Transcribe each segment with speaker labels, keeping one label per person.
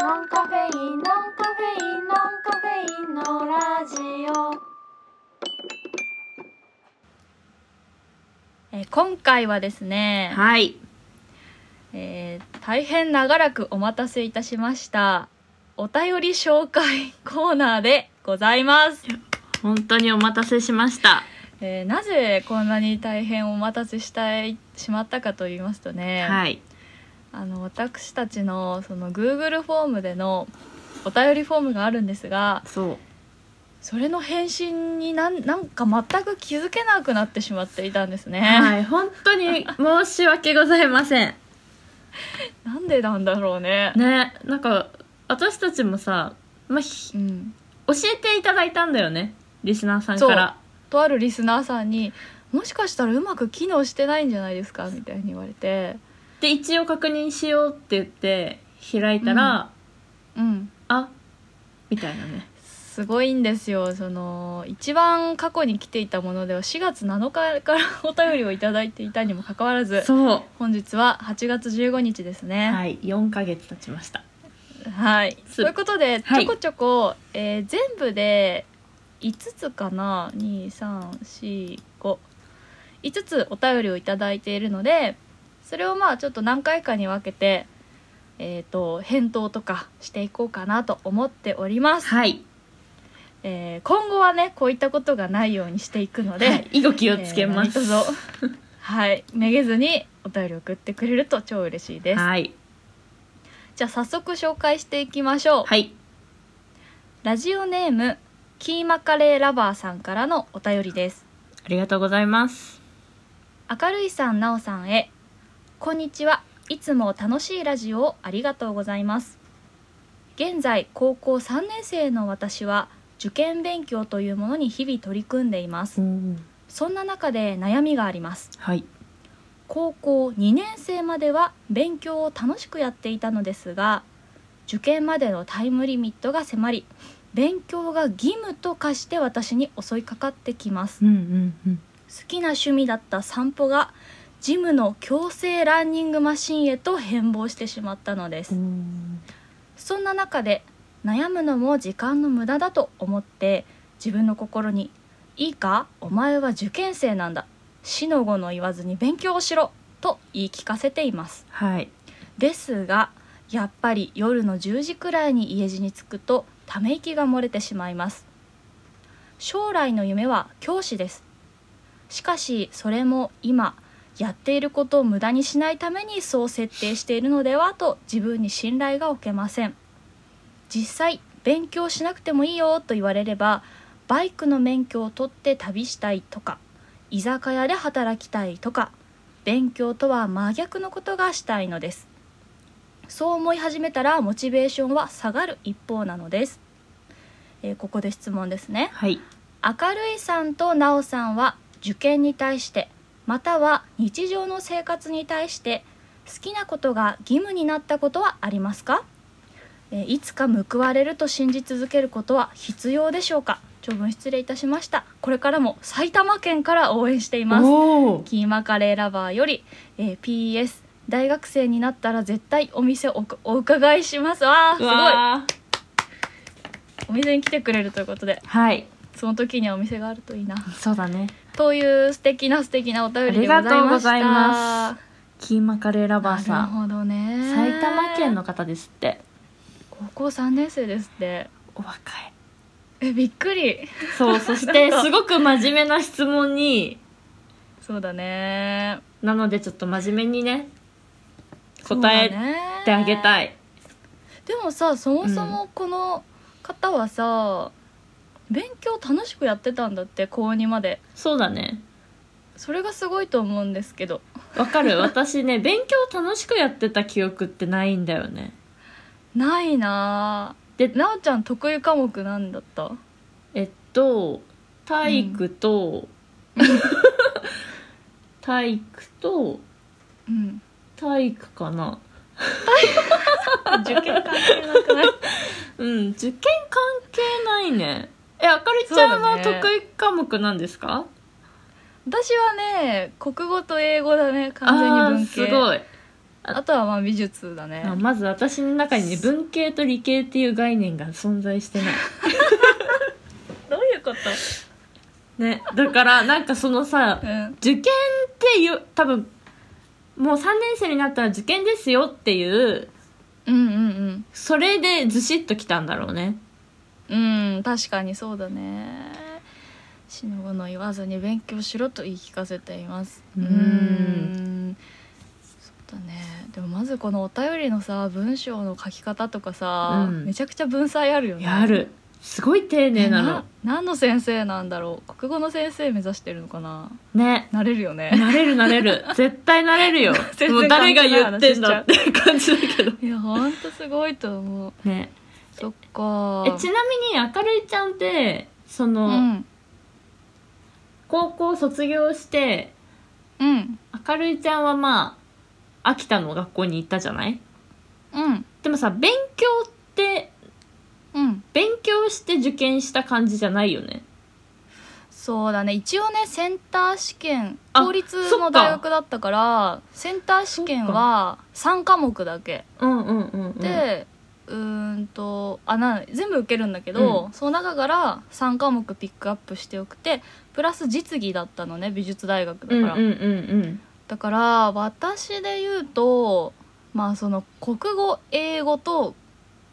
Speaker 1: ノンカフェインノンカフェインノンカフェインのラジオ
Speaker 2: えー今回はですね、
Speaker 3: はい。
Speaker 2: えー大変長らくお待たせいたしましたお便り紹介コーナーでございます、
Speaker 3: 本当にお待たせしました。
Speaker 2: えーなぜこんなに大変お待たせしたいしまったかと言いますとね、
Speaker 3: はい。
Speaker 2: あの私たちのその Google フォームでのお便りフォームがあるんですが
Speaker 3: そう。
Speaker 2: それの返信になんなんか全く気づけなくなってしまっていたんですね、
Speaker 3: はい。本当に申し訳ございません。
Speaker 2: なんでなんだろうね
Speaker 3: ね、なんか、私たちもさ、まあ、ひ
Speaker 2: う
Speaker 3: 教
Speaker 2: ん、
Speaker 3: えていただいたんだよね。リスナーさんから。
Speaker 2: とあるリスナーさんに「もしかしたらうまく機能してないんじゃないですか?」みたいに言われて
Speaker 3: で、一応確認しようって言って、開いたら、
Speaker 2: うん
Speaker 3: あ、みたいなね。
Speaker 2: すごいんですよその一番過去に来ていたものでは4月7日からお便りをいただいていたにもかかわらず
Speaker 3: そう。
Speaker 2: 本日は8月15日ですね。
Speaker 3: はい。4ヶ月経ちました。
Speaker 2: はい、
Speaker 3: す
Speaker 2: ということで、
Speaker 3: はい
Speaker 2: ちょこちょこ、えー全部で5つかな2345 5つお便りをいただいているのでそれをまあちょっと何回かに分けて、えー、と返答とかしていこうかなと思っております、
Speaker 3: はい。
Speaker 2: えー今後はねこういったことがないようにしていくので、
Speaker 3: で、以後気をつけます。
Speaker 2: えー何卒はいめげずにお便り送ってくれると超嬉しいです、
Speaker 3: はい。
Speaker 2: じゃあ早速紹介していきましょう
Speaker 3: はい。
Speaker 2: ラジオネームキーマカレーラバーさんからのお便りです
Speaker 3: ありがとうございます。
Speaker 2: 明るいさんなおさんへこんにちはいつも楽しいラジオをありがとうございます現在高校3年生の私は受験勉強というものに日々取り組んでいますそんな中で悩みがあります
Speaker 3: はい。
Speaker 2: 高校2年生までは勉強を楽しくやっていたのですが受験までのタイムリミットが迫り勉強が義務と化して私に襲いかかってきます
Speaker 3: うんうんうん。
Speaker 2: 好きな趣味だった散歩がジムの強制ランニングマシンへと変貌してしまったのですそんな中で悩むのも時間の無駄だと思って自分の心に「いいかお前は受験生なんだ死の子の言わずに勉強をしろ」と言い聞かせています
Speaker 3: はい。
Speaker 2: ですがやっぱり夜の10時くらいに家路に着くとため息が漏れてしまいます将来の夢は教師ですしかしそれも今やっていることを無駄にしないためにそう設定しているのではと自分に信頼が置けません実際勉強しなくてもいいよと言われればバイクの免許を取って旅したいとか居酒屋で働きたいとか勉強とは真逆のことがしたいのですそう思い始めたらモチベーションは下がる一方なのです、えーここで質問ですね
Speaker 3: はい。
Speaker 2: 明るいさんとなおさんは受験に対してまたは日常の生活に対して好きなことが義務になったことはありますかえーいつか報われると信じ続けることは必要でしょうか長文失礼いたしましたこれからも埼玉県から応援しています
Speaker 3: おお。
Speaker 2: キーマカレーラバーより、えー PS 大学生になったら絶対お店おくお伺いしますわあすごい
Speaker 3: す
Speaker 2: お店に来てくれるということで
Speaker 3: ごい。はい。
Speaker 2: その時にはお店があるといいな
Speaker 3: そうだね。
Speaker 2: という素敵な素敵なお便りでございました
Speaker 3: ありがとうございまキーマカレーラバーさ
Speaker 2: なる
Speaker 3: ん。
Speaker 2: ほどね
Speaker 3: 埼玉県の方ですって。
Speaker 2: 高校3年生ですって
Speaker 3: お若い。
Speaker 2: えびっくり
Speaker 3: そう、そして、
Speaker 2: なんか
Speaker 3: すごく真面目な質問に、
Speaker 2: そうだね
Speaker 3: なのでちょっと真面目にね、答えてあげ
Speaker 2: い
Speaker 3: たい。
Speaker 2: でもさそもそもこの方はさ、勉強楽しくやってたんだって高2まで
Speaker 3: そうだね。
Speaker 2: それがすごいと思うんですけど
Speaker 3: わかる私ね、勉強楽しくやってた記憶ってないんだよね。
Speaker 2: ないなぁ
Speaker 3: で
Speaker 2: なおちゃん得意科目なんだった
Speaker 3: えっと体育と、 体育と
Speaker 2: うん
Speaker 3: 体育かな
Speaker 2: 受験関係なくない
Speaker 3: うん受験関係ないねえあかりちゃんは
Speaker 2: そうだね
Speaker 3: 得意科目なんですか、
Speaker 2: 私はね国語と英語だね完全に
Speaker 3: あー
Speaker 2: 文
Speaker 3: す
Speaker 2: 系
Speaker 3: ごい
Speaker 2: あとはまあ美術だね
Speaker 3: あまず私の中にね文系と理系っていう概念が存在してない
Speaker 2: どういうこと、
Speaker 3: ねだからなんかそのさ
Speaker 2: うん、
Speaker 3: 受験っていう多分もう3年生になったら受験ですよっていう
Speaker 2: うんうん
Speaker 3: それでずしっときたんだろうね
Speaker 2: うんうん確かにそうだね死ぬもの言わずに勉強しろと言い聞かせています
Speaker 3: うーん
Speaker 2: んそうだねでもまずこのお便りのさ文章の書き方とかさ、
Speaker 3: うん
Speaker 2: めちゃくちゃ文才あるよね
Speaker 3: やるすごい丁寧なの
Speaker 2: 何の先生なんだろう国語の先生目指してるのかな
Speaker 3: ね
Speaker 2: なれるよね
Speaker 3: なれるなれる 絶対なれるよ
Speaker 2: 全然
Speaker 3: もう誰が言ってんだっ
Speaker 2: 関
Speaker 3: て感じだけど
Speaker 2: いやほんとすごいと思う
Speaker 3: ね
Speaker 2: そっか
Speaker 3: えちなみに明るいちゃんってその、
Speaker 2: うん
Speaker 3: 高校卒業して
Speaker 2: うん
Speaker 3: 明るいちゃんはまあ秋田の学校に行ったじゃない
Speaker 2: うん
Speaker 3: でもさ勉強って
Speaker 2: うん
Speaker 3: 勉強して受験した感じじゃないよね
Speaker 2: そうだね一応ねセンター試験
Speaker 3: あ
Speaker 2: 公立
Speaker 3: そっ
Speaker 2: の
Speaker 3: か
Speaker 2: 大学だったからセンター試験は3科目だけ
Speaker 3: うんうんうん、うん、
Speaker 2: で、うーんとあな全部受けるんだけど、
Speaker 3: う
Speaker 2: その中から3科目ピックアップしておくてプラス実技だったのね美術大学だから、
Speaker 3: うんうんうん
Speaker 2: だから私で言うとまあその国語英語と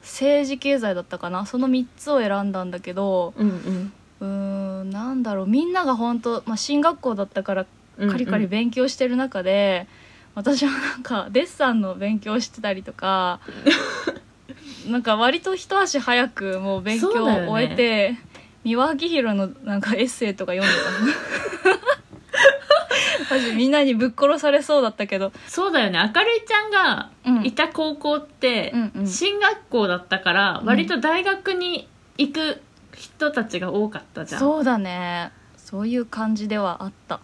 Speaker 2: 政治経済だったかなその3つを選んだんだけど
Speaker 3: うんうん
Speaker 2: うーんなんだろうみんなが本当まあ進学校だったから
Speaker 3: うん
Speaker 2: カリカリ勉強してる中で、私はなんかデッサンの勉強してたり とかなんか割と一足早くもう勉強
Speaker 3: そうだよね
Speaker 2: を終えて、三輪明宏のなんかエッセイとか読んで たマジみんなにぶっ殺されそうだったけど、
Speaker 3: そうだよね明るいちゃんが
Speaker 2: うん
Speaker 3: いた高校って、
Speaker 2: うんうん
Speaker 3: 進学校だったから割と大学に行く人たちが多かったじゃん、
Speaker 2: そうだねそういう感じではあった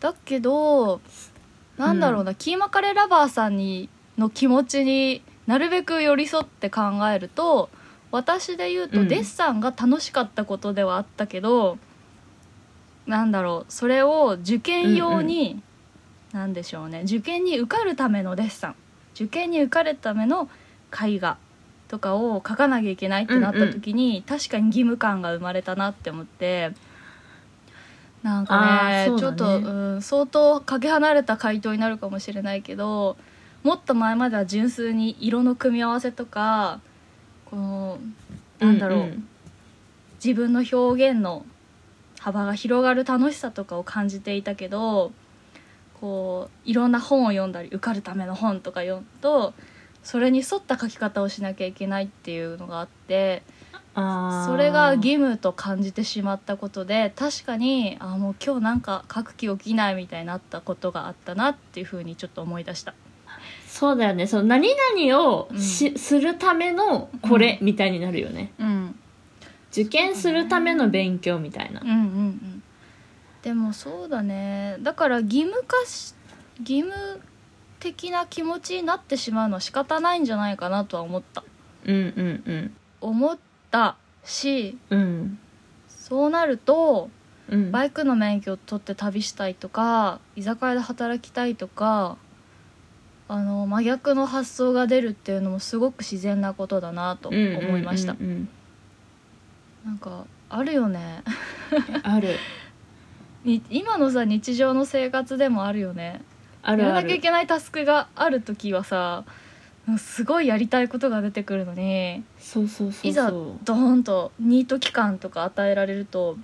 Speaker 2: だけどなんだろうな、キーマカレーラバーさんにの気持ちになるべく寄り添って考えると私で言う
Speaker 3: う
Speaker 2: と
Speaker 3: ん
Speaker 2: デッサンが楽しかったことではあったけど、なんだろうそれを受験用に、なんでしょうね受験に受かるためのデッサン受験に受かるための絵画とかを描かなきゃいけないってなった時に、確かに義務感が生まれたなって思ってなんかね
Speaker 3: あーそう
Speaker 2: ち
Speaker 3: だ
Speaker 2: ょっ
Speaker 3: ね
Speaker 2: と、うん、相当かけ離れた回答になるかもしれないけどもっと前までは純粋に色の組み合わせとかこのなんだろう、自分の表現の幅が広がる楽しさとかを感じていたけどこういろんな本を読んだり受かるための本とか読むとそれに沿った書き方をしなきゃいけないっていうのがあってそれが義務と感じてしまったことで確かにあもう今日なんか書く気起きないみたいになったことがあったなっていうふうにちょっと思い出した。
Speaker 3: そうだよねその何々をし、するためのこれみたいになるよね、
Speaker 2: うん
Speaker 3: 受験するための勉強みたいな、
Speaker 2: うんうんうんでもそうだねだから義務化し義務的な気持ちになってしまうのは仕方ないんじゃないかなとは思った
Speaker 3: うん、うん
Speaker 2: 思ったし
Speaker 3: うんうん
Speaker 2: そうなると
Speaker 3: うん
Speaker 2: バイクの免許を取って旅したいとか居酒屋で働きたいとかあの真逆の発想が出るっていうのもすごく自然なことだなと思いました、
Speaker 3: うんうんうん
Speaker 2: なんかあるよね
Speaker 3: うんある
Speaker 2: に今のさ日常の生活でもあるよね
Speaker 3: あ
Speaker 2: や
Speaker 3: る
Speaker 2: ら
Speaker 3: あ
Speaker 2: なきゃい
Speaker 3: る
Speaker 2: けないタスクがある時はさうんすごいやりたいことが出てくるのに
Speaker 3: そうそうそうそう
Speaker 2: いざドーンとニート期間とか与えられると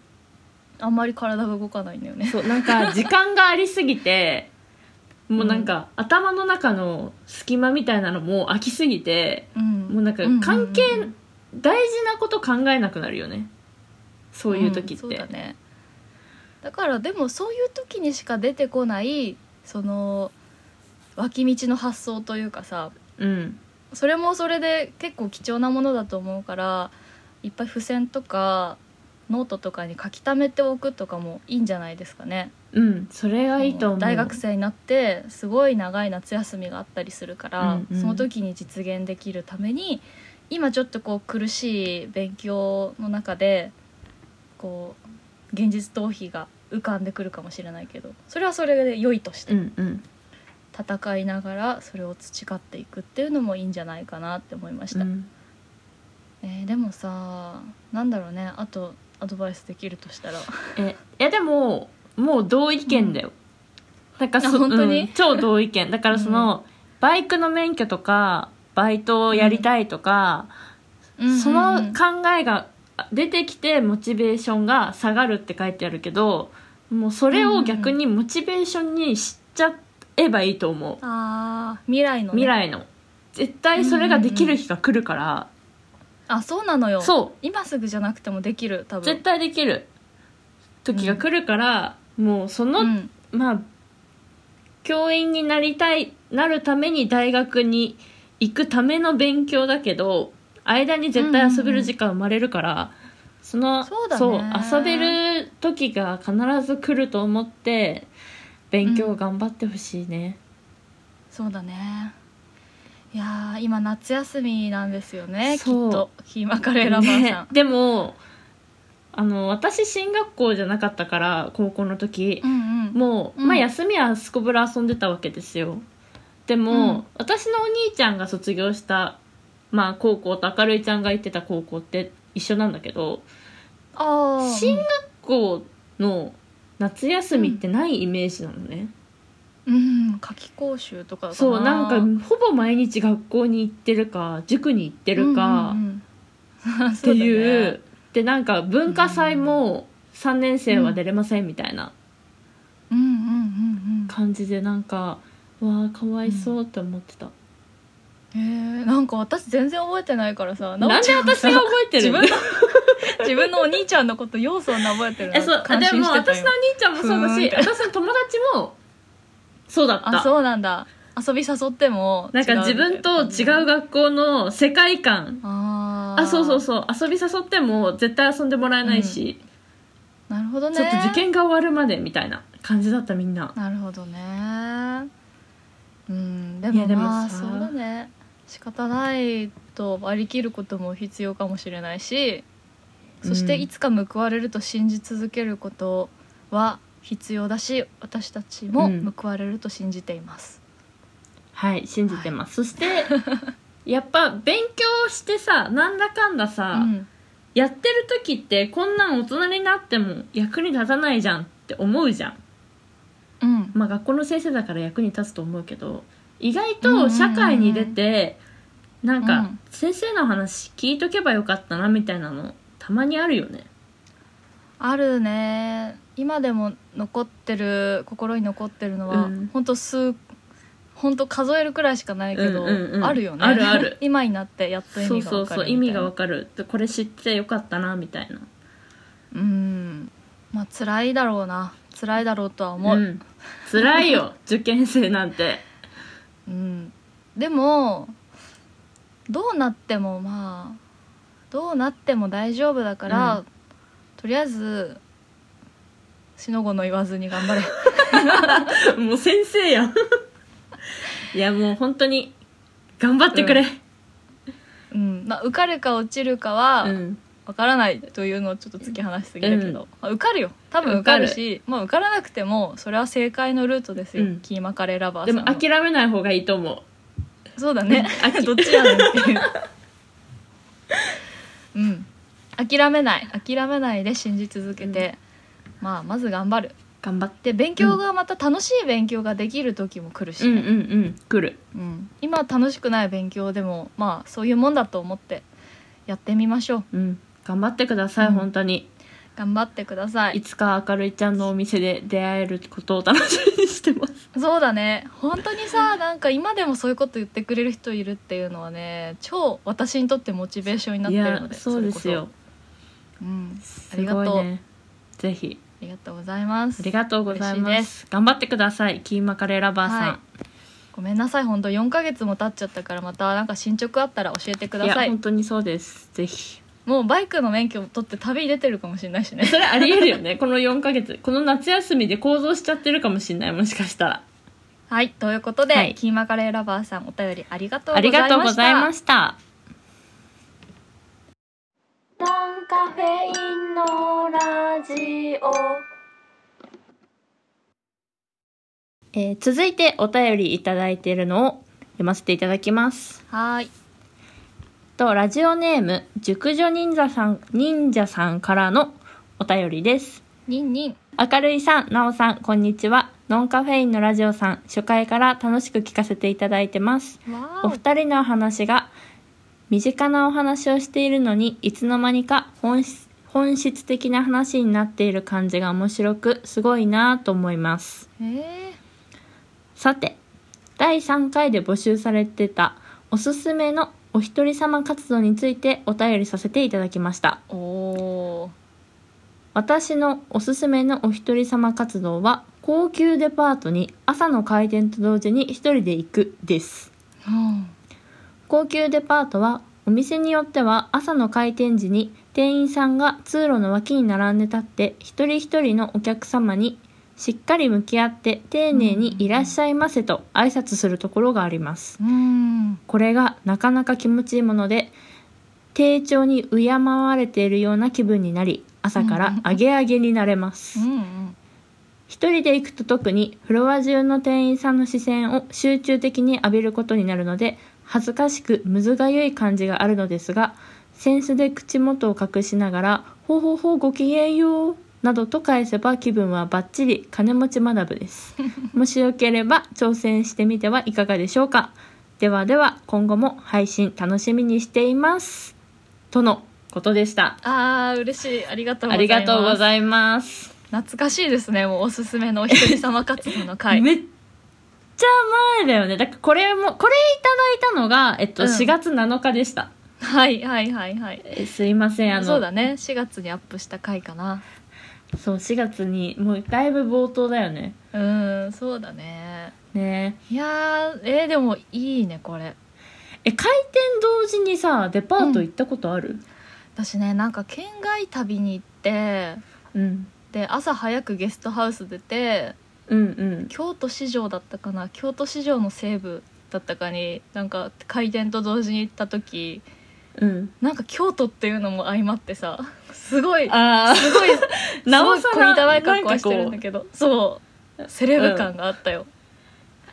Speaker 2: あんまり体が動かないんだよね。
Speaker 3: そうなんか時間がありすぎてもうなんか、頭の中の隙間みたいなのもう空きすぎて
Speaker 2: うん、
Speaker 3: もうなんか関係、大事なこと考えなくなるよねそういう時って、
Speaker 2: んそうだねだからでもそういう時にしか出てこないその脇道の発想というかさ
Speaker 3: うん
Speaker 2: それもそれで結構貴重なものだと思うからいっぱい付箋とかノートとかに書き溜めておくとかもいいんじゃないですかね。
Speaker 3: うんそれがいいと思う
Speaker 2: 大学生になってすごい長い夏休みがあったりするから、
Speaker 3: うんうん
Speaker 2: その時に実現できるために今ちょっとこう苦しい勉強の中でこう現実逃避が浮かんでくるかもしれないけどそれはそれで良いとして
Speaker 3: うんうん
Speaker 2: 戦いながらそれを培っていくっていうのもいいんじゃないかなって思いまし
Speaker 3: う
Speaker 2: た、
Speaker 3: ん
Speaker 2: えーでもさなんだろうねあとアドバイスできるとしたら
Speaker 3: えいやでももう同意見だよ、なんかそ
Speaker 2: あ本当に
Speaker 3: うん超同意見だからその、バイクの免許とかバイトをやりたいとか、 そ
Speaker 2: うんうん
Speaker 3: の
Speaker 2: うん
Speaker 3: 考えが出てきてモチベーションが下がるって書いてあるけどもうそれを逆にモチベーションにしちゃえばいいと思う、
Speaker 2: あー未来の、ね、
Speaker 3: 未来の絶対それができる日が来るから、
Speaker 2: あそうなのよ
Speaker 3: そう
Speaker 2: 今すぐじゃなくてもできる多分
Speaker 3: 絶対できる時が来るから、もうその、
Speaker 2: うん
Speaker 3: まあ教員になりたいなるために大学に行くための勉強だけど間に絶対遊べる時間生まれるから、その
Speaker 2: そうだね
Speaker 3: そう遊べる時が必ず来ると思って勉強頑張ってほしいね、
Speaker 2: そうだねいやー今夏休みなんですよねきっ
Speaker 3: そう
Speaker 2: とひまカレーラバーさ
Speaker 3: ね
Speaker 2: ん、
Speaker 3: でもあの私進学校じゃなかったから高校の時、
Speaker 2: うんうん
Speaker 3: もう、
Speaker 2: うん
Speaker 3: まあ休みはすこぶら遊んでたわけですよでも、
Speaker 2: うん
Speaker 3: 私のお兄ちゃんが卒業した、まあ、高校と明るいちゃんが行ってた高校って一緒なんだけど
Speaker 2: ああ
Speaker 3: 進学校の夏休みってないイメージなのね、
Speaker 2: うん夏期講習とかかな
Speaker 3: そうなんかほぼ毎日学校に行ってるか塾に行ってるか
Speaker 2: うん っ
Speaker 3: っていう,、でなんか文化祭も3年生は出れませんみたいな
Speaker 2: うんうんうん
Speaker 3: 感じでなんか、わあかわいそうって思ってた。
Speaker 2: うんへえなんか私全然覚えてないから
Speaker 3: な
Speaker 2: さ
Speaker 3: ん
Speaker 2: 奈
Speaker 3: で
Speaker 2: 緒
Speaker 3: 私
Speaker 2: ちゃ
Speaker 3: が
Speaker 2: んさ
Speaker 3: 覚えてるの
Speaker 2: 自分の 自分のお兄ちゃんのこと要素を覚えてる
Speaker 3: えそう
Speaker 2: 感
Speaker 3: で
Speaker 2: 心
Speaker 3: も
Speaker 2: してた
Speaker 3: 私
Speaker 2: よ
Speaker 3: のお兄ちゃんもそうだし
Speaker 2: ふーん
Speaker 3: 私の友達もそうだった
Speaker 2: あそうなんだ遊び誘っても
Speaker 3: なんか
Speaker 2: 違うみた
Speaker 3: 自
Speaker 2: い
Speaker 3: 分と違う学校の世界観
Speaker 2: あー
Speaker 3: あそうそうそう遊び誘っても絶対遊んでもらえないし、
Speaker 2: なるほどね
Speaker 3: ちょっと受験が終わるまでみたいな感じだったみんな
Speaker 2: なるほどねうんで
Speaker 3: いや
Speaker 2: も
Speaker 3: でも
Speaker 2: まあ
Speaker 3: さ
Speaker 2: そうだね仕方ないと割り切ることも必要かもしれないしそして
Speaker 3: うん
Speaker 2: いつか報われると信じ続けることは必要だし私たちも
Speaker 3: うん
Speaker 2: 報われると信じています、
Speaker 3: はい信じてます、そしてやっぱ勉強してさなんだかんだ
Speaker 2: う
Speaker 3: さ、
Speaker 2: ん
Speaker 3: やってる時ってこんなん大人になっても役に立たないじゃんって思うじゃん
Speaker 2: うん
Speaker 3: まあ、学校の先生だから役に立つと思うけど意外と社会に出て、な
Speaker 2: うん
Speaker 3: か
Speaker 2: ん
Speaker 3: 先生の話聞いとけばよかったなみたいなのたまにあるよね
Speaker 2: あるね今でも残ってる心に残ってるのは、
Speaker 3: うん
Speaker 2: ほんと数ほんと数えるくらいしかないけど、
Speaker 3: うんうんうん
Speaker 2: あるよね
Speaker 3: あるある
Speaker 2: 今になってやっと意
Speaker 3: そう
Speaker 2: 味が
Speaker 3: そ
Speaker 2: わ
Speaker 3: う
Speaker 2: か
Speaker 3: そ
Speaker 2: るみたい
Speaker 3: う
Speaker 2: な
Speaker 3: 意味がわかるでこれ知ってよかったなみたいな
Speaker 2: うんまあ辛いだろうな辛いだろうとは思う、う
Speaker 3: うんん、辛い よ受験生なんて
Speaker 2: でもどうなってもまあどうなっても大丈夫だから、
Speaker 3: うん
Speaker 2: とりあえずしのごの言わずに頑張れ
Speaker 3: もう先生や んいやもう本当に頑張ってくれ、
Speaker 2: うん、まあ、受かるか落ちるか
Speaker 3: う
Speaker 2: は
Speaker 3: ん
Speaker 2: わからないというのをちょっと突き放しすぎだけど、まあ受かるよ多分受かるしまあ、受からなくてもそれは正解のルートですよ、
Speaker 3: うん
Speaker 2: キーマカレーラバー
Speaker 3: で
Speaker 2: さん
Speaker 3: も
Speaker 2: は
Speaker 3: 諦めない方がいいと思う
Speaker 2: そうだね
Speaker 3: あき
Speaker 2: どっちやねんっていううん諦めない諦めないで信じ続けて、まあまず頑張る
Speaker 3: 頑張って
Speaker 2: で勉強がまた楽しい勉強ができる時も来るし
Speaker 3: うんう
Speaker 2: ね、
Speaker 3: んうん来る
Speaker 2: うん今楽しくない勉強でもまあそういうもんだと思ってやってみましょう
Speaker 3: うん頑張ってください、
Speaker 2: うん
Speaker 3: 本当に
Speaker 2: 頑張ってくださ
Speaker 3: い
Speaker 2: い
Speaker 3: つか明るいちゃんのお店で出会えることを楽しみにしてます。
Speaker 2: そうだね本当にさなんか今でもそういうこと言ってくれる人いるっていうのはね超私にとってモチベーションになってるので
Speaker 3: そうですよ。
Speaker 2: それこそうん、あ
Speaker 3: す
Speaker 2: りがとう
Speaker 3: ごいね。ぜひ
Speaker 2: ありがとうございます
Speaker 3: ありがとうござい
Speaker 2: 嬉しい
Speaker 3: ま。
Speaker 2: です
Speaker 3: 頑張ってください、キーマカレーラバーさん。
Speaker 2: はいごめんなさい本当4ヶ月も経っちゃったからまたなんか進捗あったら教えてく
Speaker 3: い
Speaker 2: だ
Speaker 3: や
Speaker 2: さい
Speaker 3: 本当にそうです。ぜひ。
Speaker 2: もうバイクの免許取って旅出てるかもしれないしね
Speaker 3: それありえるよね。この4ヶ月、この夏休みで行動しちゃってるかもしれない。もしかしたら。
Speaker 2: はいということで、
Speaker 3: はい
Speaker 2: キーマカレーラバーさんお便りありがとう
Speaker 3: あ
Speaker 2: ござ
Speaker 3: り
Speaker 2: いました
Speaker 3: がとうございました。
Speaker 1: ノンカフェインのラジオ
Speaker 3: えー続いてお便りいただいているのを読ませていただきます。
Speaker 2: はーい
Speaker 3: とラジオネーム熟女忍者さん忍者さんからのお便りです。
Speaker 2: ニンニン
Speaker 3: 明るいさん、なおさん、こんにちは。ノンカフェインのラジオさん、初回から楽しく聞かせていただいてます。
Speaker 2: わー
Speaker 3: お二人のお話が身近なお話をしているのにいつの間にか本質本質的な話になっている感じが面白くすごいなぁと思います
Speaker 2: え
Speaker 3: さて第3回で募集されてたおすすめのお一人様活動についてお便りさせていただきました
Speaker 2: ー、おー
Speaker 3: 私のおすすめのお一人様活動は高級デパートに朝の開店と同時に一人で行くです
Speaker 2: うん
Speaker 3: 高級デパートはお店によっては朝の開店時に店員さんが通路の脇に並んで立って一人一人のお客様にしっかり向き合って丁寧に「いらっしゃいませ」と挨拶するところがあります
Speaker 2: うん
Speaker 3: これがなかなか気持ちいいもので丁重に敬われているような気分になり朝からアゲアゲになれます
Speaker 2: うんうん
Speaker 3: 一人で行くと特にフロア中の店員さんの視線を集中的に浴びることになるので恥ずかしくむずがゆい感じがあるのですがセンスで口元を隠しながら「ほうほうほうごきげんよう」などと返せば気分はバッチリ金持ちマダムです もしよければ挑戦してみてはいかがでしょうかではでは今後も配信楽しみにしていますとのことでした
Speaker 2: あー嬉しいありがとうご
Speaker 3: あ
Speaker 2: ざ
Speaker 3: り
Speaker 2: います
Speaker 3: がとうございます
Speaker 2: 懐かしいですねもうおすすめのお一人様活動の回
Speaker 3: めっちゃ前だよねだからこれもこれいただいたのが、えっと
Speaker 2: うん
Speaker 3: 4月7日でした、
Speaker 2: はいはいはいはい
Speaker 3: えすいませんあの
Speaker 2: そうだね4月にアップした回かな
Speaker 3: そう4月にもうだいぶ冒頭だよね
Speaker 2: うんそうだね
Speaker 3: ね
Speaker 2: いやーえーでもいいねこれ
Speaker 3: ええ開店同時にさデパート行ったことある
Speaker 2: 私ねなんか県外旅に行って
Speaker 3: うん、
Speaker 2: で朝早くゲストハウス出て
Speaker 3: うん
Speaker 2: 京都市場だったかな京都市場の西部だったかになんか開店と同時に行った時
Speaker 3: うんうん
Speaker 2: なんか京都っていうのも相まってさすごい
Speaker 3: あ
Speaker 2: すごい
Speaker 3: あなおさ
Speaker 2: すごい
Speaker 3: ら
Speaker 2: 小汚い格
Speaker 3: な
Speaker 2: 好は
Speaker 3: んか
Speaker 2: し
Speaker 3: こ
Speaker 2: てるん
Speaker 3: う
Speaker 2: だけどそうセレブ感があったよ、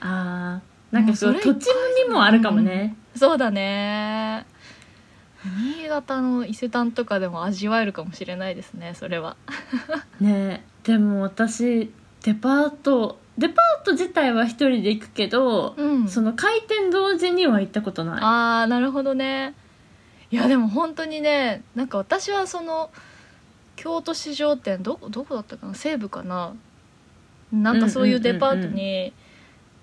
Speaker 3: ああなんかそう
Speaker 2: もう
Speaker 3: 土
Speaker 2: それ
Speaker 3: 地にもあるかもね、
Speaker 2: そうだね新潟の伊勢丹とかでも味わえるかもしれないですねそれは
Speaker 3: ねでも私デパートデパート自体は一人で行くけど、
Speaker 2: うん
Speaker 3: その開店同時には行ったことない
Speaker 2: あーなるほどねいやでも本当にねなんか私はその京都市場店どどこだったかな西部かななんかそういうデパート
Speaker 3: うんうん
Speaker 2: に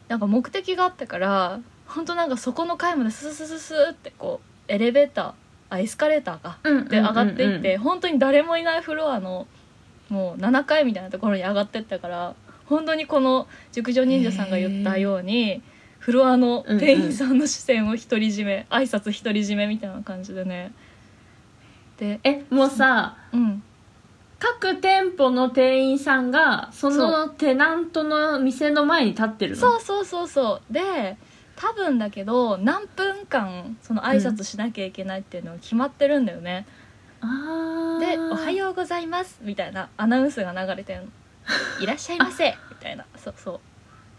Speaker 2: なんか目的があったから本当なんかそこの階までスススススってこうエレベーターあエスカレーターかで
Speaker 3: で
Speaker 2: 上がっていって、本当に誰もいないフロアのもう7階みたいなところに上がってったから本当にこの熟女忍者さんが言ったようにフロアの店員さんの視線を独り占め、挨拶独り占めみたいな感じでねで
Speaker 3: えもうさ
Speaker 2: うん
Speaker 3: 各店舗の店員さんがそのテナントの店の前に立ってるの
Speaker 2: そうそうそうそうで多分だけど何分間その挨拶しなきゃいけないっていうのが決まってるんだよね、
Speaker 3: あ
Speaker 2: で「おは
Speaker 3: う
Speaker 2: ようございます」みたいなアナウンスが流れて るの「いらっしゃいませ」みたいなそうそう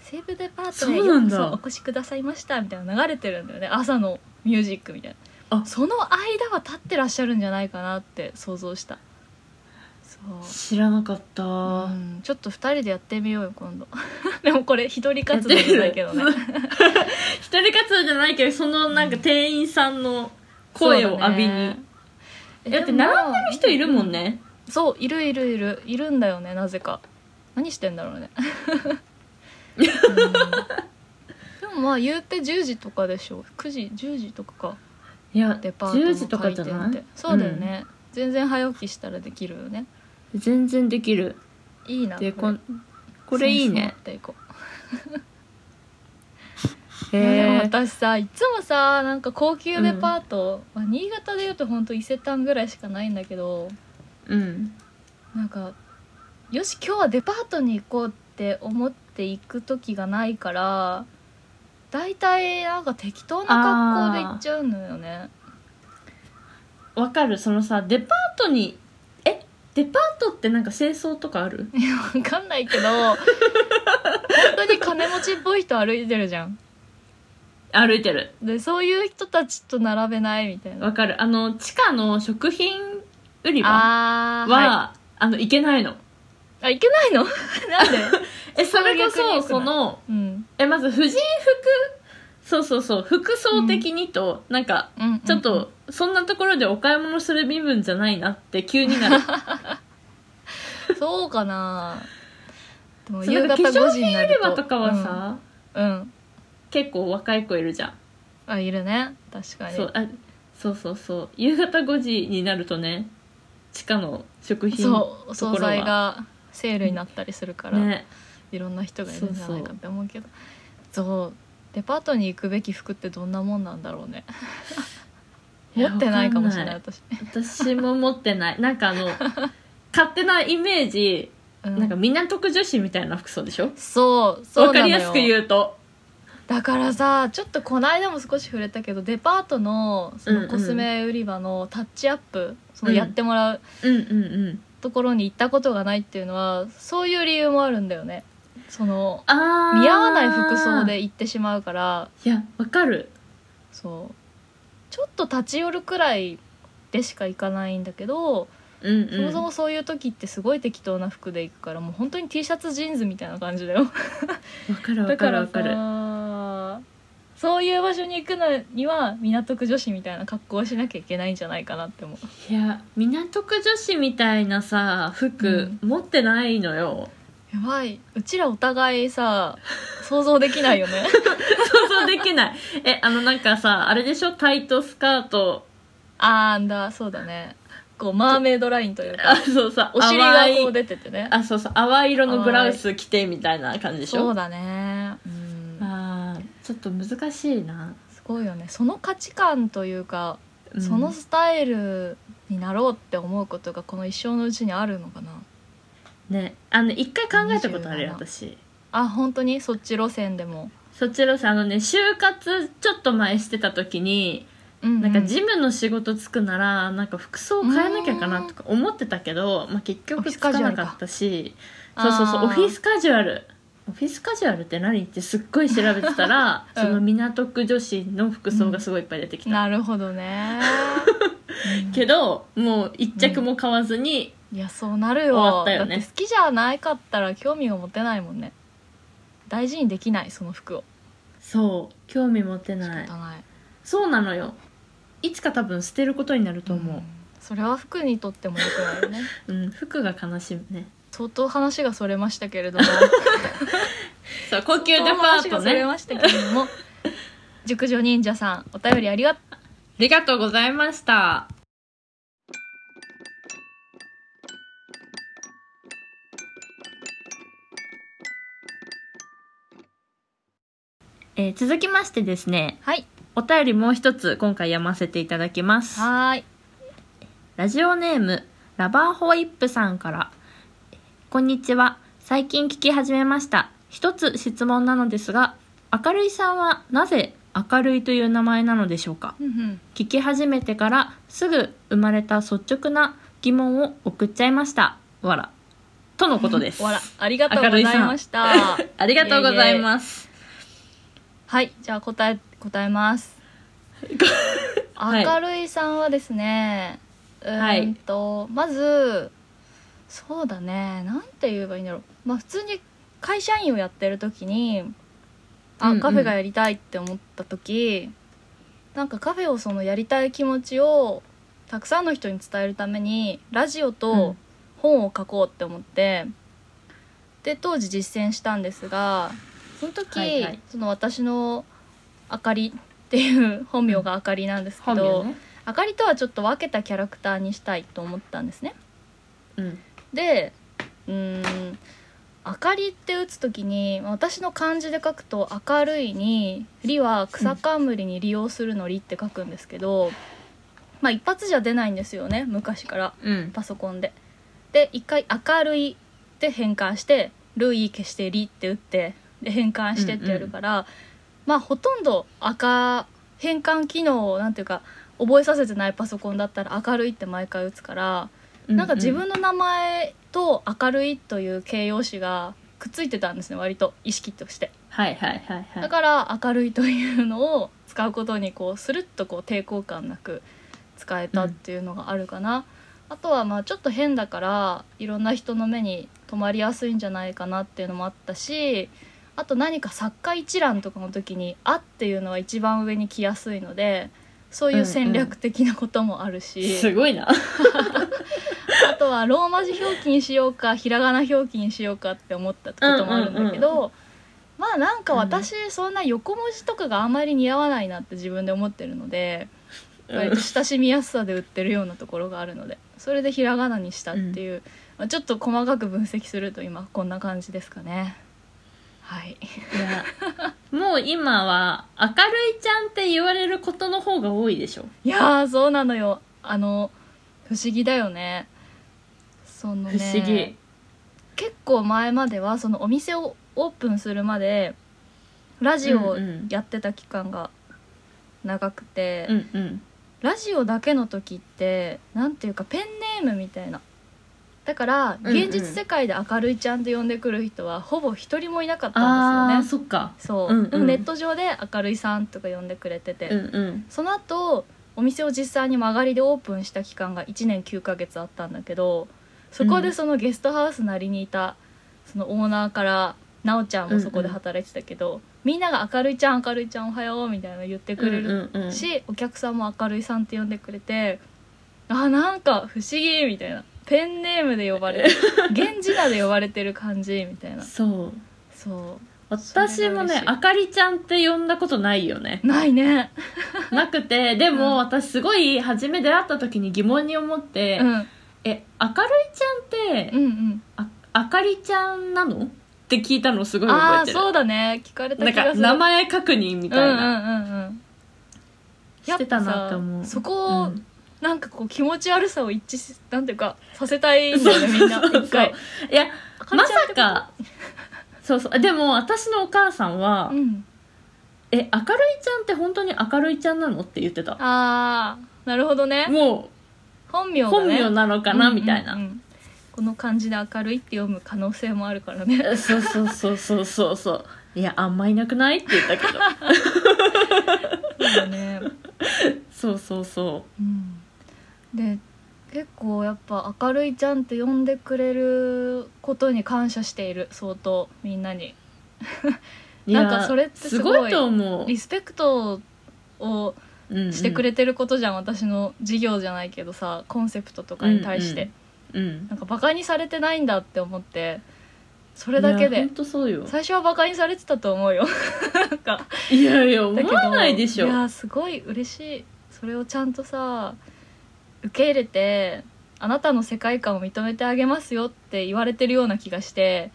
Speaker 2: 西武デパートへ
Speaker 3: そう
Speaker 2: よ
Speaker 3: な
Speaker 2: うんこ
Speaker 3: だ
Speaker 2: そお越しくださいましたみたいな流れてるんだよね朝のミュージックみたいな
Speaker 3: あ
Speaker 2: その間は立ってらっしゃるんじゃないかなって想像したそう、
Speaker 3: 知らなかった、
Speaker 2: うん、ちょっと2人でやってみようよ今度 でもこれ一人活動じゃないけどね
Speaker 3: や ってみる一人活動じゃないけどそのなんか店員さんの声を浴びに、
Speaker 2: そうだねえ
Speaker 3: だって
Speaker 2: でも
Speaker 3: 並んでる人いるもんね、
Speaker 2: そういるいるいるいるんだよねなぜか何してんだろ うねうんでもまあ言うて10時とかでしょ9時10時とかか
Speaker 3: いや
Speaker 2: デパートの
Speaker 3: 10時とかじゃ
Speaker 2: 開
Speaker 3: な
Speaker 2: 店っ
Speaker 3: い
Speaker 2: てそうだよね、全然早起きしたらできるよね
Speaker 3: うん全然できる
Speaker 2: いいな
Speaker 3: でこ
Speaker 2: これ
Speaker 3: んこれいいね
Speaker 2: センス持っていこう
Speaker 3: へ
Speaker 2: いやでも
Speaker 3: え
Speaker 2: 私さいつもさなんか高級デパート、まあ、新潟でいうとほんと伊勢丹ぐらいしかないんだけど
Speaker 3: うん
Speaker 2: なんかよし今日はデパートに行こうって思って行く時がないから大体なんか適当な格好で行っちゃうのよね
Speaker 3: わかるそのさデパートにえデパートってなんか清掃とかある
Speaker 2: わかんないけど本当に金持ちっぽい人歩いてるじゃん
Speaker 3: 歩いてる
Speaker 2: でそういう人たちと並べないみたいな
Speaker 3: わかるあの地下の食品売り場は
Speaker 2: あ
Speaker 3: あ,、
Speaker 2: ーは
Speaker 3: の行けないの
Speaker 2: い、あいけないの なんで
Speaker 3: えそれこ
Speaker 2: それ逆に良
Speaker 3: そ
Speaker 2: くな
Speaker 3: そ
Speaker 2: い
Speaker 3: の
Speaker 2: うん
Speaker 3: えまず婦人服そうそうそう服装的にと、なんか
Speaker 2: うんうん
Speaker 3: ちょっとそんなところでお買い物する身分じゃないなって急に なる
Speaker 2: そうかなでも
Speaker 3: そうな
Speaker 2: 夕
Speaker 3: んか
Speaker 2: 方
Speaker 3: 化粧
Speaker 2: 5時にな
Speaker 3: 売
Speaker 2: る
Speaker 3: り
Speaker 2: と
Speaker 3: 場とかはさ、
Speaker 2: うん、うん
Speaker 3: 結構若い子いるじゃん
Speaker 2: あいるね確かに
Speaker 3: そうあそうそうそう夕方5時になるとね地下の食品
Speaker 2: そうお
Speaker 3: とこ
Speaker 2: 惣
Speaker 3: ろは
Speaker 2: 菜がセールになったりするから、
Speaker 3: ね
Speaker 2: いろんな人がいるんじゃないかって思うけどそうデパートに行くべき服ってどんなもんなんだろ うね持ってないかもしれない
Speaker 3: わ
Speaker 2: 私、
Speaker 3: 私も持って ないなんかあの勝手なイメージ
Speaker 2: う
Speaker 3: なんか港区女子みたいな服装でしょ
Speaker 2: そうそう
Speaker 3: わか
Speaker 2: なの
Speaker 3: り
Speaker 2: よ
Speaker 3: やすく言うと
Speaker 2: だからさちょっとこの間も少し触れたけどデパートのそ
Speaker 3: うんう
Speaker 2: の
Speaker 3: ん
Speaker 2: コスメ売り場のタッチアップ、その
Speaker 3: うん
Speaker 2: やってもらう
Speaker 3: うんうんうん
Speaker 2: ところに行ったことがないっていうのはそういう理由もあるんだよねその
Speaker 3: あー
Speaker 2: 見合わない服装で行ってしまうから
Speaker 3: いやわかる
Speaker 2: そうちょっと立ち寄るくらいでしか行かないんだけど、
Speaker 3: うんうん
Speaker 2: そもそもそういう時ってすごい適当な服で行くからもう本当に T シャツジーンズみたいな感じだよ
Speaker 3: わかるわ
Speaker 2: だ
Speaker 3: か
Speaker 2: か
Speaker 3: るわ
Speaker 2: ら
Speaker 3: かる
Speaker 2: さそういう場所に行くのには港区女子みたいな格好をしなきゃいけないんじゃないかなって思う
Speaker 3: いや港区女子みたいなさ服、持ってないのよ
Speaker 2: やばいうちらお互いさ想像できない よね
Speaker 3: 想像できないえあのなんかさあれでしょタイトスカート
Speaker 2: あーんだそうだねこうマーメイドラインという
Speaker 3: あ
Speaker 2: か
Speaker 3: そうさ
Speaker 2: お尻がこう
Speaker 3: 淡い
Speaker 2: 出ててね
Speaker 3: あそうそう淡い色のブラウス着てみたいな感じでしょ
Speaker 2: そうだねうん
Speaker 3: あーちょっと難しいな、
Speaker 2: すごいよねその価値観というか、
Speaker 3: うん
Speaker 2: そのスタイルになろうって思うことがこの一生のうちにあるのかな
Speaker 3: ねあの一回考えたことあるよ
Speaker 2: 27
Speaker 3: 私
Speaker 2: あ本当にそっち路線でも、
Speaker 3: そちらさあのね就活ちょっと前してた時に、
Speaker 2: うんうん
Speaker 3: なんかジムの仕事つくならなんか服装変えなきゃかなとか思ってたけど、まあ、結
Speaker 2: オフ
Speaker 3: 局
Speaker 2: ィス
Speaker 3: つか
Speaker 2: カジュ
Speaker 3: な
Speaker 2: アルか
Speaker 3: かったしそうそうそう
Speaker 2: あー
Speaker 3: オフィスカジュアルオフィスカジュアルって何ってすっごい調べてたら、
Speaker 2: うん
Speaker 3: その港区女子の服装がすごいいっぱい出てきた、
Speaker 2: なるほど ねうん
Speaker 3: けどもう一着も買わずに、
Speaker 2: いやそうなるよ
Speaker 3: 終わったよね
Speaker 2: だって好きじゃないかったら興味が持てないもんね大事にできないその服を
Speaker 3: そう興味持てない
Speaker 2: 仕方ない
Speaker 3: そうなのよいつか多分捨てることになると思
Speaker 2: それは服にとっても良くな いよね
Speaker 3: う、うん服が悲しむね
Speaker 2: 相当話がそれましたけれども
Speaker 3: そう高級デパート
Speaker 2: 話がそれ
Speaker 3: ねあ
Speaker 2: ましたけれ ども熟女忍者さんお便りありがと
Speaker 3: りがとうございましたえー続きましてですね
Speaker 2: はい
Speaker 3: お便りもう一つ今回読ませていただきます
Speaker 2: はーい
Speaker 3: ラジオネームラバーホイップさんからこんにちは最近聞き始めました一つ質問なのですが明るいさんはなぜ明るいという名前なのでしょうか
Speaker 2: うんうん
Speaker 3: 聞き始めてからすぐ生まれた率直な疑問を送っちゃいましたわらとのことです
Speaker 2: わらありがとうございました
Speaker 3: ありがとうございます
Speaker 2: はい、じゃあ答え答えます。
Speaker 3: はい
Speaker 2: 明るいさんはですね、
Speaker 3: はいう
Speaker 2: ーんとまずそうだね、なんて言えばいいんだろう。まあ普通に会社員をやってる時に、あ、
Speaker 3: うんうん
Speaker 2: カフェがやりたいって思った時、なんかカフェをそのやりたい気持ちをたくさんの人に伝えるためにラジオ
Speaker 3: う
Speaker 2: と
Speaker 3: ん
Speaker 2: 本を書こうって思って、で当時実践したんですがその時、
Speaker 3: はいはい
Speaker 2: その私の「あかり」っていう本名があかりなんですけ
Speaker 3: 本
Speaker 2: ど、
Speaker 3: 名ね
Speaker 2: あかりとはちょっと分けたキャラクターにしたいと思ったんですね。
Speaker 3: うん
Speaker 2: でうーん「あかり」って打つ時に私の漢字で書くと「明るい」に「り」は草冠に利用するの「り」って書くんですけど、まあ一発じゃ出ないんですよね昔から
Speaker 3: うん
Speaker 2: パソコンで。で一回「明るい」で変換して「ルイ」消して「リ」って打ってで変換してってやるから、まあほとんど赤変換機能をなんていうか覚えさせてないパソコンだったら「明るい」って毎回打つからなんか自分の名前と「明るい」という形容詞がくっついてたんですね割と意識として
Speaker 3: はいはいはいはい
Speaker 2: だから「明るい」というのを使うことにこうスルッとこう抵抗感なく使えたっていうのがあるかな、あとはまあちょっと変だからいろんな人の目に留まりやすいんじゃないかなっていうのもあったしあと何か作家一覧とかの時に「あ」っていうのは一番上に来やすいのでそういう戦略的なこともあるし。
Speaker 3: すごいな
Speaker 2: あとはローマ字表記にしようかひらがな表記にしようかって思ったこともあるんだけど、まあなんか私そんな横文字とかがあまり似合わないなって自分で思ってるので割と親しみやすさで売ってるようなところがあるのでそれでひらがなにしたっていう、まあちょっと細かく分析すると今こんな感じですかね。はい、
Speaker 3: いやもう今は「明るいちゃん」って言われることの方が多いでしょ
Speaker 2: いやーそうなのよあの不思議だよね。その
Speaker 3: 不
Speaker 2: ね
Speaker 3: 思議
Speaker 2: 結構前まではそのお店をオープンするまでラジオをやってた期間が長くて、
Speaker 3: うんうん
Speaker 2: ラジオだけの時ってなんていうかペンネームみたいなだから
Speaker 3: うんうん
Speaker 2: 現実世界で「明るいちゃん」と呼んでくる人はほぼ一人もいなかったん
Speaker 3: あ
Speaker 2: で
Speaker 3: あ
Speaker 2: すよ
Speaker 3: そ
Speaker 2: ね
Speaker 3: っか
Speaker 2: そう、
Speaker 3: うんうん
Speaker 2: でもネット上で「明るいさん」とか呼んでくれてて、
Speaker 3: うんうん
Speaker 2: その後お店を実際に曲がりでオープンした期間が1年9ヶ月あったんだけどそこでそのゲストハウスなりにいたそのオーナーからなおちゃんもそこで働いてたけど、みんなが「明るいちゃん明るいちゃんおはよう」みたいなの言ってくれる
Speaker 3: うんうんうん、
Speaker 2: し、お客さんも「明るいさん」って呼んでくれてあなんか不思議みたいなペンネームで呼ばれ て源氏名で呼ばれてる感じみたいな
Speaker 3: そう
Speaker 2: そ
Speaker 3: 私も
Speaker 2: それが嬉し
Speaker 3: ね「
Speaker 2: い
Speaker 3: あかりちゃん」って呼んだことないよね
Speaker 2: うないね
Speaker 3: なくてで
Speaker 2: うん
Speaker 3: も私すごい初め出会った時に疑問に思って「
Speaker 2: うんうん
Speaker 3: え明るいちゃんって、
Speaker 2: うん
Speaker 3: ああかりちゃんなの?」って聞いたのすごい
Speaker 2: あ
Speaker 3: 覚
Speaker 2: あ
Speaker 3: えてる
Speaker 2: そうだね聞かれた
Speaker 3: な
Speaker 2: 気
Speaker 3: ん
Speaker 2: がす
Speaker 3: か
Speaker 2: る
Speaker 3: 名前確認みたいな、
Speaker 2: うんうんうんうん
Speaker 3: してたなって思
Speaker 2: やっ
Speaker 3: う
Speaker 2: ぱさそこを、
Speaker 3: うん
Speaker 2: なんかこう気持ち悪さを一致しなんていうかさせたいんだよねみんな
Speaker 3: そう
Speaker 2: 一回
Speaker 3: いや
Speaker 2: あり
Speaker 3: ま
Speaker 2: ちゃんって
Speaker 3: さ
Speaker 2: こと
Speaker 3: かそうそうでも私のお母さんは「
Speaker 2: うん
Speaker 3: え明るいちゃんって本当に明るいちゃんなの?」って言ってた
Speaker 2: あーなるほどね
Speaker 3: も
Speaker 2: 本名
Speaker 3: う
Speaker 2: がね
Speaker 3: 本名なのかな、みたいな、
Speaker 2: うんうんうんこの漢字で明るいって読む可能性もあるからね
Speaker 3: そうそうそうそうそうそういやあんまいなくないって言ったけど
Speaker 2: そうだね、
Speaker 3: そうそうそ
Speaker 2: うん、で結構やっぱ「明るいちゃん」って呼んでくれることに感謝している相当みんなに
Speaker 3: ういや
Speaker 2: なんかそれってす
Speaker 3: す
Speaker 2: ごい
Speaker 3: ごいと思う
Speaker 2: リスペクトを
Speaker 3: うんうん
Speaker 2: してくれてることじゃん、私の事業じゃないけどさコンセプトとかに対して、
Speaker 3: うん
Speaker 2: なんかバカにされてないんだって思ってそれだけ
Speaker 3: いや
Speaker 2: で
Speaker 3: 本当そうよ
Speaker 2: 最初はバカにされてたと思うよなんか
Speaker 3: いやい や思
Speaker 2: だけど
Speaker 3: わないでしょ
Speaker 2: いやすごい嬉しいそれをちゃんとさ受け入れてあなたの世界観を認めてあげますよって言われてるような気がして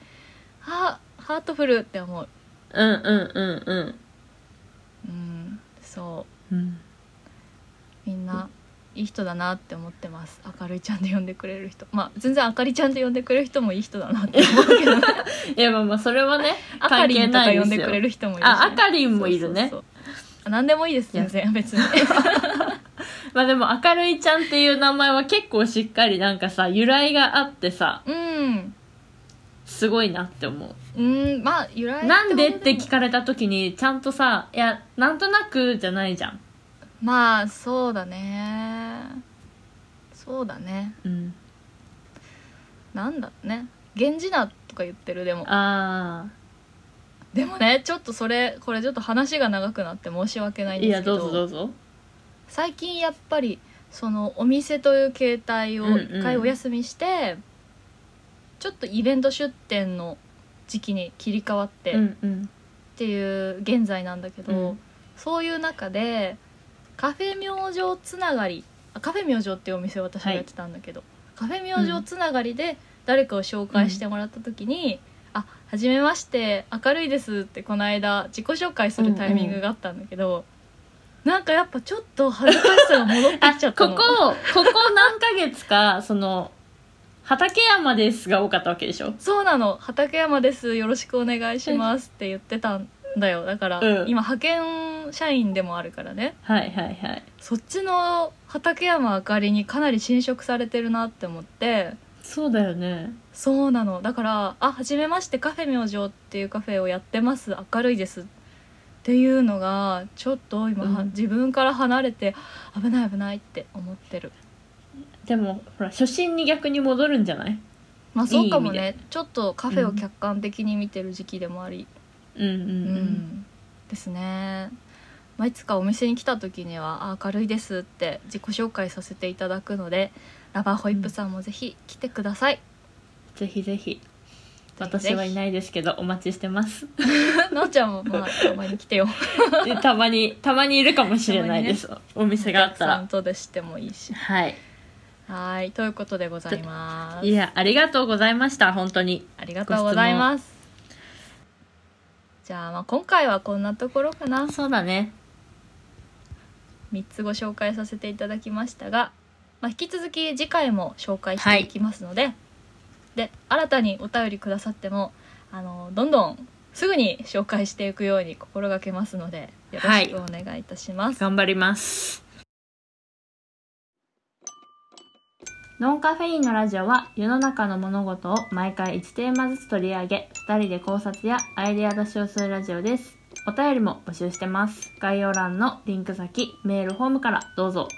Speaker 2: あハートフルって思う
Speaker 3: うんうんうんうん
Speaker 2: うんそう
Speaker 3: うん
Speaker 2: みんないい人だなって思ってます。あかるいちゃんで呼んでくれる人、まあ全然あかりちゃんで呼んでくれる人もいい人だなって思う けど、ね、
Speaker 3: いやまあまあそれはね
Speaker 2: あかりんと
Speaker 3: 関
Speaker 2: か
Speaker 3: 係ないですよ
Speaker 2: 呼んでくれる人もいるし、
Speaker 3: ああかりんもいるね
Speaker 2: そうそうそうあ何でもいいです
Speaker 3: いや
Speaker 2: 全然別に。
Speaker 3: まあでも「明るいちゃん」っていう名前は結構しっかりなんかさ由来があってさ
Speaker 2: うん。
Speaker 3: すごいなって思う
Speaker 2: うんまあ由来
Speaker 3: なんでって聞
Speaker 2: き
Speaker 3: かれた時にちゃんとさ「いやなんとなく」じゃないじゃん
Speaker 2: まあそうだねそうだね
Speaker 3: うん
Speaker 2: なんだろうね源氏名とか言ってるでも
Speaker 3: あ
Speaker 2: でもねちょっとそれこれちょっと話が長くなって申し訳な
Speaker 3: あ
Speaker 2: いん
Speaker 3: い
Speaker 2: です
Speaker 3: や
Speaker 2: けど
Speaker 3: どうぞどうぞ
Speaker 2: 最近やっぱりそのお店という形態を
Speaker 3: うんうん
Speaker 2: 一回お休みして、ちょっとイベント出店の時期に切り替わってっ
Speaker 3: んうん
Speaker 2: ていう現在なんだけど、
Speaker 3: うん
Speaker 2: そういう中でカフェ明星つながりあカフェ明星っていうお店を私がやってたんだけど、カフェ明星つながりで誰かを紹介してもらった時に「あはじめまして明るいです」ってこの間自己紹介するタイミングがあったんだけど、なんかやっぱちょっと恥ずかしさが戻って
Speaker 3: あ
Speaker 2: きちゃっ
Speaker 3: こ
Speaker 2: た
Speaker 3: こ
Speaker 2: の
Speaker 3: ここ何ヶ月かその「畠山です」が多かったわけでしょ
Speaker 2: そうなの「畠山ですよろしくお願いします」って言ってたんだよだから、
Speaker 3: うん
Speaker 2: 今派遣社員でもあるからね
Speaker 3: はいはいはい
Speaker 2: そっちの畠山あかりにかなり侵食されてるなって思って
Speaker 3: そうだよね
Speaker 2: そうなのだから「あはじめましてカフェ明星っていうカフェをやってます明るいです」っていうのがちょっと今、
Speaker 3: うん
Speaker 2: 自分から離れて危ない危ないって思ってる
Speaker 3: でもほら初心に逆に戻るんじゃない
Speaker 2: まあそうかもね
Speaker 3: いい
Speaker 2: ちょっとカフェを客観的に見てる時期でもあり、
Speaker 3: うんうんう
Speaker 2: うん
Speaker 3: ん、
Speaker 2: ですね、まあ、いつかお店に来た時には「あ明るいです」って自己紹介させていただくのでラバーホイップさんもぜひ来てください、
Speaker 3: ぜひぜひ
Speaker 2: ひ
Speaker 3: 私はいないですけどお待ちしてます
Speaker 2: なおちゃんもまあたまに来てよ
Speaker 3: でたまに たまにいるかもしれないです、お店があった
Speaker 2: お客さん
Speaker 3: ら
Speaker 2: とでしてもいいし
Speaker 3: はい
Speaker 2: はいということでございます
Speaker 3: いやありがとうございました本当に
Speaker 2: ありがとうございますじゃあまあ今回はこんなところかな
Speaker 3: そうだね
Speaker 2: 3つご紹介させていただきましたが、まあ、引き続き次回も紹介していきますので、で新たにお便りくださってもあのどんどんすぐに紹介していくように心がけますのでよろしくお願いいたします。
Speaker 3: 頑張りますノンカフェインのラジオは世の中の物事を毎回1テーマずつ取り上げ2人で考察やアイデア出しをするラジオですお便りも募集してます概要欄のリンク先メールフォームからどうぞ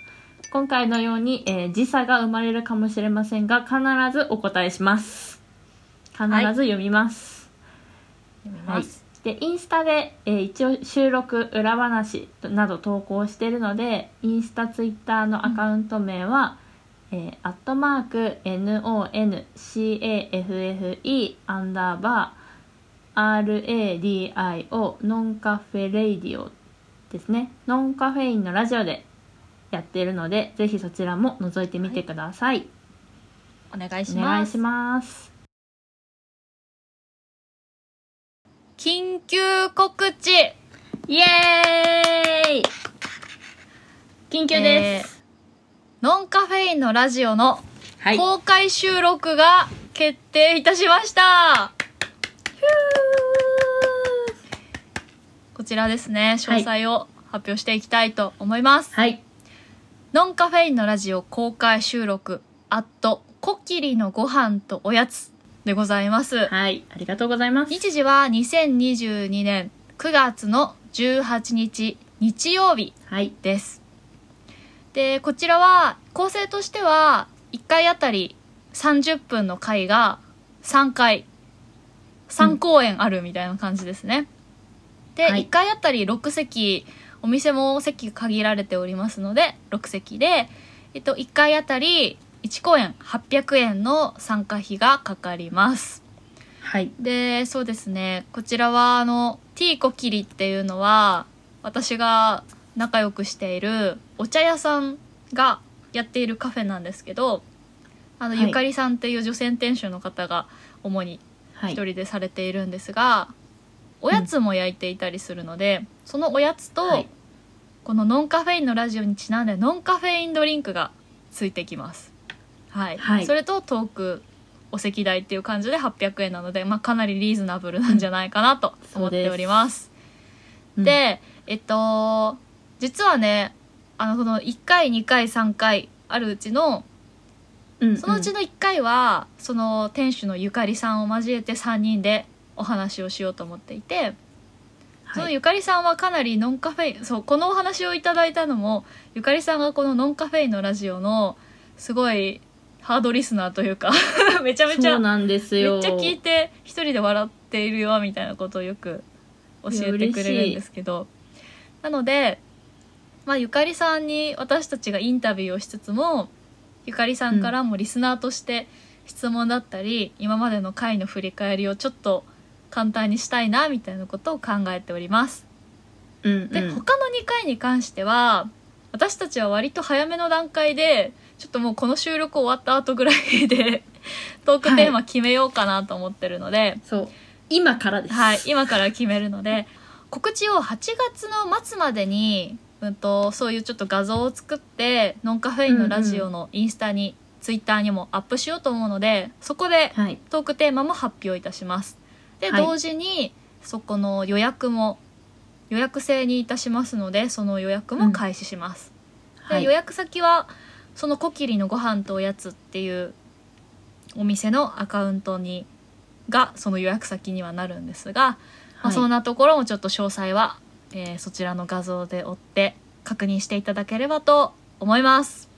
Speaker 3: 今回のように、えー時差が生まれるかもしれませんが必ずお答えします必ず読みます、
Speaker 2: 読みます
Speaker 3: でインスタで、えー一応収録裏話など投稿してるのでインスタツイッターのアカウント名は「えーアットマーク #NONCAFFE アンダーバー RADIO ノンカフェレイディオ」ですねノンカフェインのラジオでやっているのでぜひそちらも覗いてみてください、
Speaker 2: お願いし
Speaker 3: お願
Speaker 2: ま
Speaker 3: い
Speaker 2: す
Speaker 3: します
Speaker 2: 緊急告知
Speaker 3: イエーイ緊急です、
Speaker 2: えーノンカフェインのラジオの
Speaker 3: はい
Speaker 2: 公開収録が決定いたしました、こちらですね詳細を発表していきたいと思います、
Speaker 3: はい。
Speaker 2: ノンカフェインのラジオ公開収録アットコキリのご飯とおやつでございます、
Speaker 3: はい。ありがとうございます。
Speaker 2: 日時は2022年9月の18日日曜日
Speaker 3: はい。
Speaker 2: ですでこちらは構成としては1回あたり30分の回が3回3公演あるみたいな感じですね、で、
Speaker 3: はい
Speaker 2: 1回あたり6席お店も席限られておりますので6席で、えっと、1回あたり1公演800円の参加費がかかります
Speaker 3: はい。
Speaker 2: でそうですねこちらはあのティーコキリっていうのは私が仲良くしているお茶屋さんがやっているカフェなんですけどあの、
Speaker 3: はい
Speaker 2: ゆかりさんっていう女性店主の方が主に
Speaker 3: は
Speaker 2: 一
Speaker 3: い。
Speaker 2: 人でされているんですが、おやつも焼いていたりするので、そのおやつと、
Speaker 3: はい
Speaker 2: このノンカフェインのラジオにちなんでノンカフェインドリンクがついてきます。はい、
Speaker 3: はい
Speaker 2: それとトークお席代っていう感じで800円なので、まあ、かなりリーズナブルなんじゃないかなと思っております。
Speaker 3: うん、
Speaker 2: で、えっと実はねあのこの1回2回3回あるうちの
Speaker 3: うんうん
Speaker 2: そのうちの1回は、その店主のゆかりさんを交えて3人でお話をしようと思っていて、その
Speaker 3: はい。
Speaker 2: ゆかりさんはかなりノンカフェインそうこのお話をいただいたのもゆかりさんがこのノンカフェインのラジオのすごいハードリスナーというか めちゃめち
Speaker 3: そ
Speaker 2: ゃ
Speaker 3: う
Speaker 2: めっ
Speaker 3: なんです
Speaker 2: ちゃ
Speaker 3: よ。
Speaker 2: 聞いて一人で笑っているよみたいなことをよく教えてくれるんですけどなので、まあ、ゆかりさんに私たちがインタビューをしつつもゆかりさんからもリスナーとして質問だったり、今までの回の振り返りをちょっと簡単にしたいなみたいなことを考えております。
Speaker 3: うんうん。
Speaker 2: で、他の2回に関しては私たちは割と早めの段階でちょっともうこの収録終わった後ぐらいで トークテーマ決めようかなと思ってるので、
Speaker 3: そう。今からです。
Speaker 2: はい今から決めるので告知を8月の末までに、うん、とそういうちょっと画像を作ってノンカフェインのラジオのインスタに、ツイッターにもアップしようと思うのでそこで
Speaker 3: はい。
Speaker 2: トークテーマも発表いたします。で、
Speaker 3: はい
Speaker 2: 同時にそこの予約も予約制にいたしますのでその予約も開始します、で予約先はその「コキリのご飯とおやつ」っていうお店のアカウントにがその予約先にはなるんですが、まあ、そんなところもちょっと詳細は、えーそちらの画像で追って確認していただければと思います。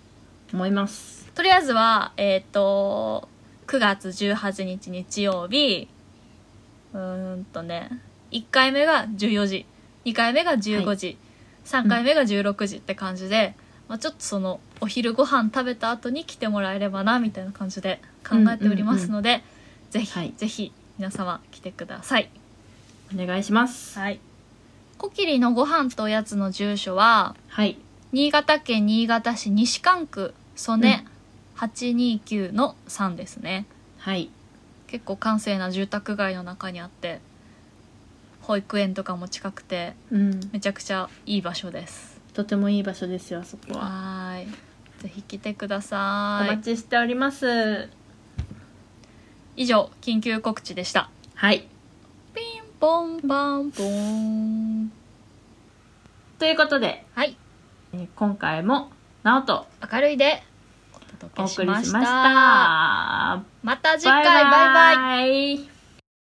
Speaker 3: 思います
Speaker 2: とりあえずは、えっ、と、9月18日日曜日、うーんとね、1回目が14時、2回目が15時、3回目が16時って感じで、まあ、ちょっとその、お昼ご飯食べた後に来てもらえればな、みたいな感じで考えておりますので、ぜひ、
Speaker 3: はい
Speaker 2: ぜひ、皆様来てください。
Speaker 3: お願いします
Speaker 2: はい。コキリのご飯とおやつの住所は、
Speaker 3: はい
Speaker 2: 新潟県新潟市西館区曽根829の3ですね、
Speaker 3: はい
Speaker 2: 結構閑静な住宅街の中にあって保育園とかも近くて
Speaker 3: うん
Speaker 2: めちゃくちゃいい場所です
Speaker 3: とてもいい場所ですよあそこは
Speaker 2: はーいぜひ来てくだ
Speaker 3: お
Speaker 2: さ
Speaker 3: 待ちしております
Speaker 2: い以上緊急告知でした
Speaker 3: はい
Speaker 2: ピンポンパンポン
Speaker 3: ということで、
Speaker 2: はい
Speaker 3: えー今回もなおと
Speaker 2: 明るいでお
Speaker 3: お
Speaker 2: 届け
Speaker 3: 送
Speaker 2: し
Speaker 3: りし
Speaker 2: ま
Speaker 3: ま
Speaker 2: し
Speaker 3: したた
Speaker 2: また次回バイバイ
Speaker 3: バイバイ